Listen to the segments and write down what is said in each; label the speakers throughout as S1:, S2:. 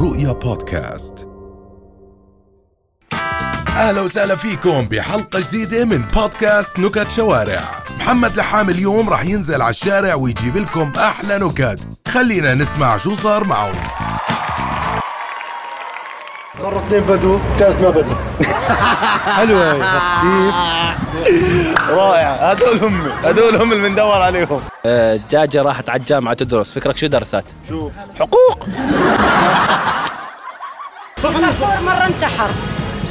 S1: رؤيا بودكاست اهلا وسهلا فيكم بحلقة جديدة من بودكاست نكت شوارع محمد لحام اليوم راح ينزل على الشارع ويجيب لكم احلى نكت خلينا نسمع شو صار معه
S2: مرة اثنين بدو، ثالث ما بدو. حلوة هي. كيف؟ رائعة، هذول هم، هذول هم اللي بندور عليهم.
S3: آه، الدجاجة راحت على الجامعة تدرس فكرك شو درست؟
S2: شو؟
S3: حقوق
S4: صرصور مرة انتحر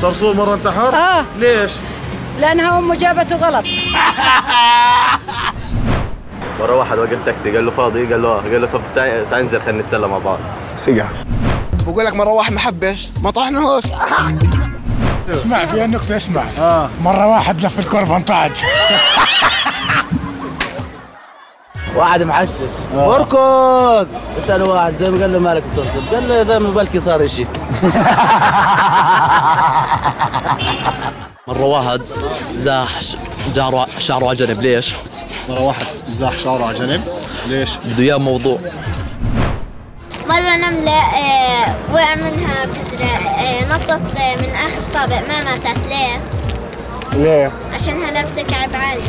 S2: صرصور مرة انتحر؟
S4: آه.
S2: ليش؟
S4: لأنها أمه جابته غلط
S5: مره واحد وقف تاكسي قال له فاضي قال له آه. قال له طب تعال تعال ننزل خلينا نتسلى مع بعض
S2: سقعة.
S6: بقول لك مره واحد محبش ما طحنهوش
S7: اسمع فيها نكتة اسمع آه. مرة واحد لف الكرة انطعج
S8: واحد محشش اركض اسال واحد زي ما قال له مالك بتركض قال له زي ما بالكي صار اشي
S9: مرة واحد زاح ش- جاره شعره على جنب ليش؟
S2: مرة واحد زاح شعره على جنب، ليش؟
S9: بده اياه موضوع
S10: مرة نملة آه، وقع منها بذرة آه، نطت آه، من آخر طابق ما ماتت ليه؟
S2: ليه؟
S10: عشانها لابسة كعب عالي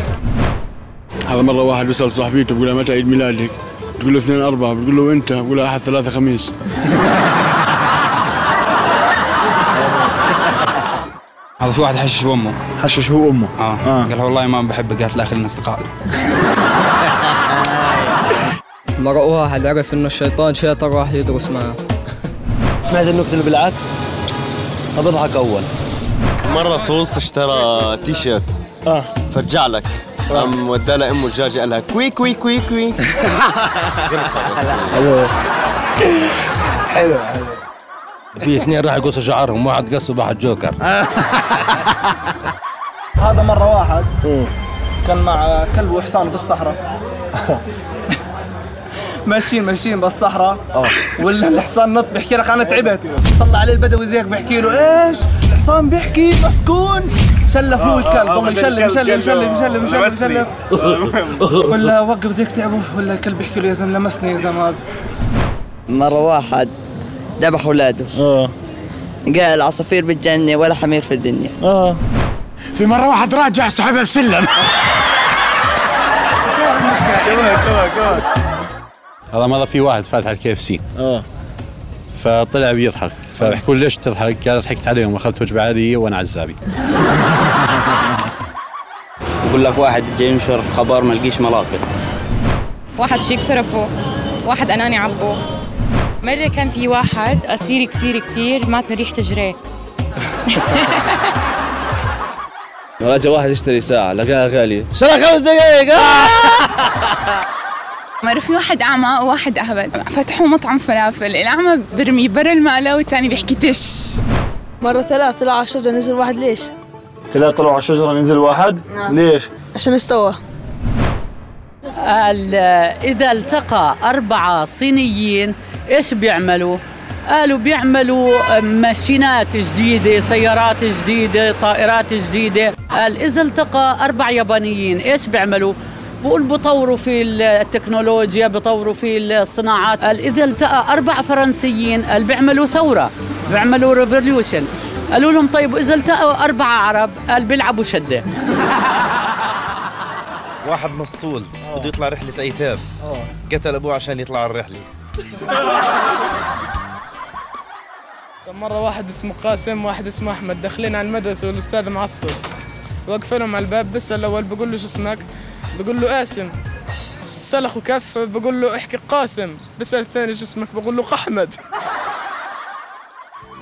S11: هذا مره واحد بيسال صاحبيته بيقول لها متى عيد ميلادك؟ بتقول له اثنين اربعه بتقول له انت بقول لها احد ثلاثه خميس
S12: هذا في واحد حشش امه
S2: حشش هو أمه.
S12: اه, قال لها والله ما بحبك قالت لا خلينا اصدقاء
S13: مرة واحد عرف انه الشيطان شيطان راح يدرس معه
S8: سمعت النكته اللي بالعكس طب اضحك اول
S5: مره صوص اشترى تي شيرت
S9: آه.
S5: اه فرجع لك قام ودى لها امه الدجاجه قال لها كوي كوي كوي كوي
S2: حلوة حلوة.
S8: في اثنين راح يقصوا شعرهم واحد قص واحد جوكر
S14: هذا مرة واحد كان مع كلب وحصان في الصحراء ماشيين ماشيين بالصحراء ولا الحصان نط بيحكي لك انا تعبت طلع عليه البدوي زيك بيحكي له ايش الحصان بيحكي مسكون شلفوه الكلب والله يشلف يشلف يشلف يشلف يشلف يشلف ولا وقف زيك تعبه ولا الكلب بيحكي له يا زلمه لمسني يا زلمه
S15: مرة واحد ذبح ولاده اه قال العصافير بالجنة ولا حمير في الدنيا اه
S7: في مرة واحد راجع سحبها بسلم
S2: كمان كمان كمان.
S8: هذا مره في واحد فاتح الكي اف سي اه فطلع بيضحك فبحكوا له ليش تضحك؟ قال ضحكت عليهم اخذت وجبه عاديه وانا عزابي
S16: يقول لك واحد جاي ينشر خبر ما لقيش ملاقط
S17: واحد شيك صرفه واحد أناني عبوه مرة كان في واحد قصير كتير كتير مات من ريحة جريه
S8: مرة جا واحد يشتري ساعة آه، لقاها غالية
S18: شرى خمس دقائق
S9: آه؟
S19: مرة في واحد أعمى وواحد أهبل فتحوا مطعم فلافل الأعمى برمي برا المقلة والثاني بيحكي تش
S20: مرة ثلاث طلع على الشجرة نزل واحد ليش؟ نعم.
S2: ثلاثة طلعوا على الشجرة ننزل واحد، ليش؟
S20: عشان استوى
S8: قال إذا التقى أربعة صينيين إيش بيعملوا؟ قالوا بيعملوا ماشينات جديدة سيارات جديدة طائرات جديدة قال إذا التقى أربع يابانيين إيش بيعملوا؟ بقول بطوروا في التكنولوجيا بطوروا في الصناعات قال إذا التقى أربع فرنسيين قال بيعملوا ثورة بيعملوا ريفوليوشن قالوا لهم طيب إذا التقوا أربعة عرب قال بيلعبوا شدة
S6: واحد مسطول بده يطلع رحلة أيتام
S9: آه.
S6: قتل أبوه عشان يطلع الرحلة
S4: مرة واحد اسمه قاسم واحد اسمه أحمد داخلين على المدرسة والأستاذ معصب وقف لهم على الباب بسأل الأول بقول له شو اسمك؟ بقول له قاسم سلخ وكف بقول له احكي قاسم بسأل الثاني شو اسمك؟ بقول له أحمد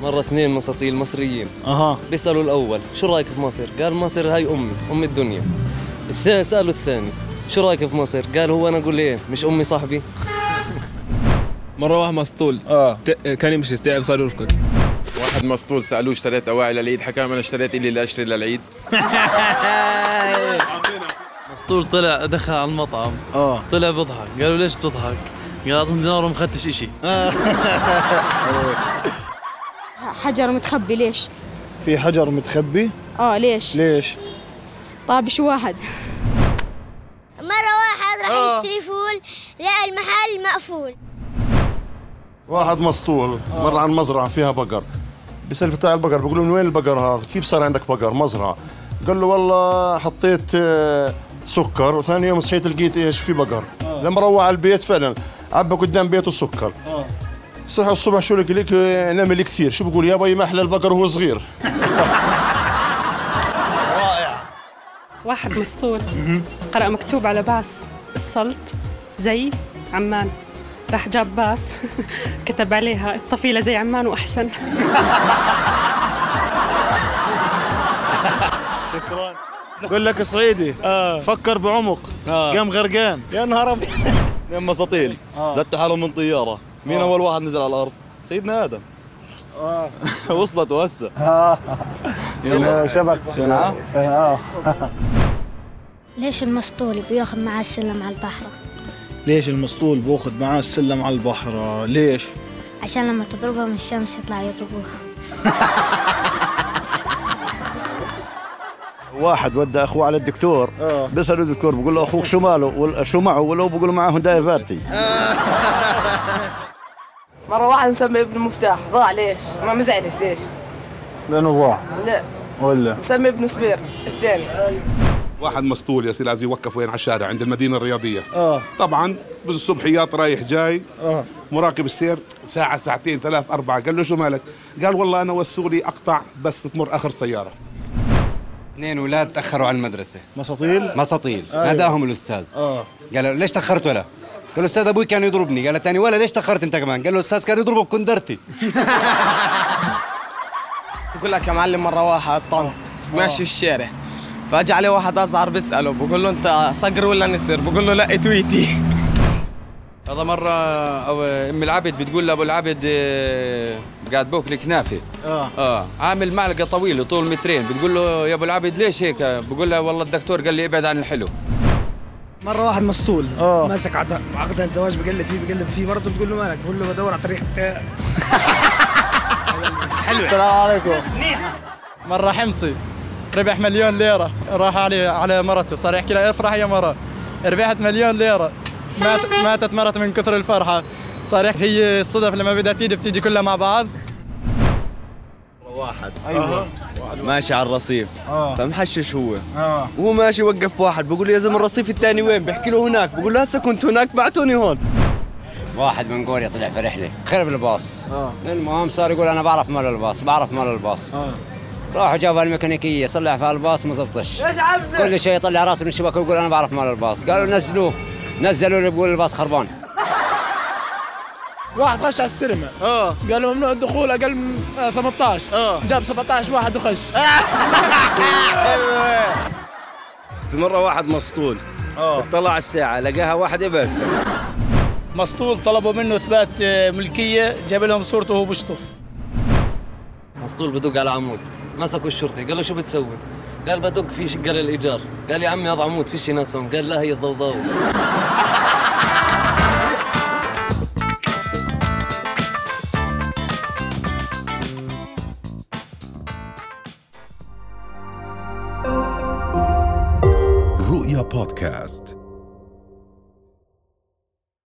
S9: مرة اثنين مساطيل مصريين اها بيسألوا الأول شو رأيك في مصر؟ قال مصر هاي أمي أم الدنيا الثاني سألوا الثاني شو رأيك في مصر؟ قال هو أنا أقول إيه مش أمي صاحبي
S2: مرة واحد مسطول
S11: آه.
S2: اه كان يمشي استيعب صار يركض واحد مسطول سألوه اشتريت أواعي للعيد حكى لهم أنا اشتريت إلي اللي أشتري للعيد
S1: مسطول طلع دخل على المطعم اه طلع بيضحك قالوا ليش بتضحك؟ قال اعطهم دينار وما اخذتش اشي
S21: حجر متخبي ليش؟
S2: في حجر متخبي؟
S20: آه،
S21: اه ليش؟
S2: ليش؟
S20: طيب،
S21: طاب شو واحد
S10: مرة واحد راح يشتري فول لقى المحل مقفول
S2: واحد مسطول مر عن مزرعه فيها بقر بيسال بتاع البقر بيقول له من وين البقر هذا؟ كيف صار عندك بقر مزرعه؟ قال له والله حطيت آه، سكر وثاني يوم صحيت لقيت ايش في بقر لما روح على البيت فعلا عبى قدام بيته سكر صحى الصبح شو لك لك آه، نمل كثير شو بقول يا باي ما احلى البقر وهو صغير
S19: واحد مسطول قرأ مكتوب على باس السلط زي عمان راح جاب باس كتب عليها الطفيلة زي عمان وأحسن
S22: شكرا بقول لك صعيدي آه. فكر بعمق آه. قام غرقان يا نهار ابيض
S23: اثنين مساطيل زدت حالهم من طياره مين اول واحد نزل على الارض سيدنا ادم وصلت وهسه يلا.
S24: شبك
S23: شنعة؟
S24: اه
S10: ليش المسطول بياخذ معاه السلم على البحر
S22: ليش المسطول باخذ معاه السلم على البحر آه، ليش
S10: عشان لما تضربها من الشمس يطلع يضربوها
S25: واحد ودى اخوه على الدكتور بيساله الدكتور بقول له اخوك شو ماله وال- شو معه ولا هو بقول له معه هدايا فاتي
S7: مرة واحد مسمي ابنه مفتاح ضاع ليش؟ ما مزعلش ليش؟
S22: لانه ضاع
S7: لا
S22: ولا
S7: مسمي ابنه سبير الثاني
S26: واحد مسطول يا سيدي العزيز وقف وين على الشارع عند المدينه الرياضيه
S22: اه
S26: طبعا بالصبحيات رايح جاي
S22: اه
S26: مراقب السير ساعة ساعتين ثلاث أربعة قال له شو مالك؟ قال والله أنا والسوري أقطع بس تمر آخر سيارة اثنين اولاد تاخروا على المدرسه
S22: مساطيل
S26: مساطيل
S22: أيوة.
S26: ناداهم الاستاذ
S22: اه
S26: قال له ليش تاخرت ولا قال له استاذ ابوي كان يضربني قال الثاني ولا ليش تاخرت انت كمان قال له استاذ كان يضربك كندرتي
S27: بقول لك يا معلم مره واحد طنط ماشي في الشارع فاجى عليه واحد ازعر بساله بقول له انت صقر ولا نسر بقول له لا تويتي
S14: هذا مرة أو أم العبد بتقول لأبو العبد آه، قاعد بوكل كنافة
S22: اه
S14: اه عامل معلقة طويلة طول مترين بتقول له يا أبو العبد ليش هيك بقول له والله الدكتور قال لي ابعد عن الحلو
S28: مره واحد مسطول ماسك عد- عقد الزواج بقلب فيه بقلب فيه مرته بتقول له مالك بقول له بدور على طريق
S7: حلو السلام عليكم مرة حمصي ربح مليون ليرة راح علي على مرته صار يحكي لها افرح يا مرة ربحت مليون ليرة مات ماتت مرته من كثر الفرحة صار يحكي هي الصدف لما بدها تيجي بتيجي كلها مع بعض
S25: واحد
S7: أيوة.
S25: ماشي على الرصيف
S7: آه.
S25: فمحشش هو وهو ماشي وقف واحد بقول له يا زلمه الرصيف الثاني وين بحكي له هناك بقول له هسه كنت هناك بعتوني هون
S8: واحد من كوريا طلع في رحله خرب الباص المهم صار يقول انا بعرف مال الباص بعرف مال الباص راحوا جابوا الميكانيكيه صلح في الباص ما زبطش
S7: إيش عبزة؟
S8: كل شيء يطلع راسه من الشباك ويقول انا بعرف مال الباص قالوا نزلوه نزلوا اللي بيقول الباص خربان
S29: واحد خش على السينما اه قالوا ممنوع الدخول اقل من آه، 18 اه جاب 17 واحد وخش
S30: في مرة واحد مسطول اطلع على الساعة لقاها واحد يبس
S31: مسطول طلبوا منه اثبات آه، ملكيه جاب لهم صورته وهو بشطف
S9: مسطول بدق على عمود مسكوا الشرطي قال له شو بتسوي؟ قال بدق في شقه للايجار قال يا عمي هذا عمود فيش ناسهم قال لا هي الضوضاء
S1: رؤيا بودكاست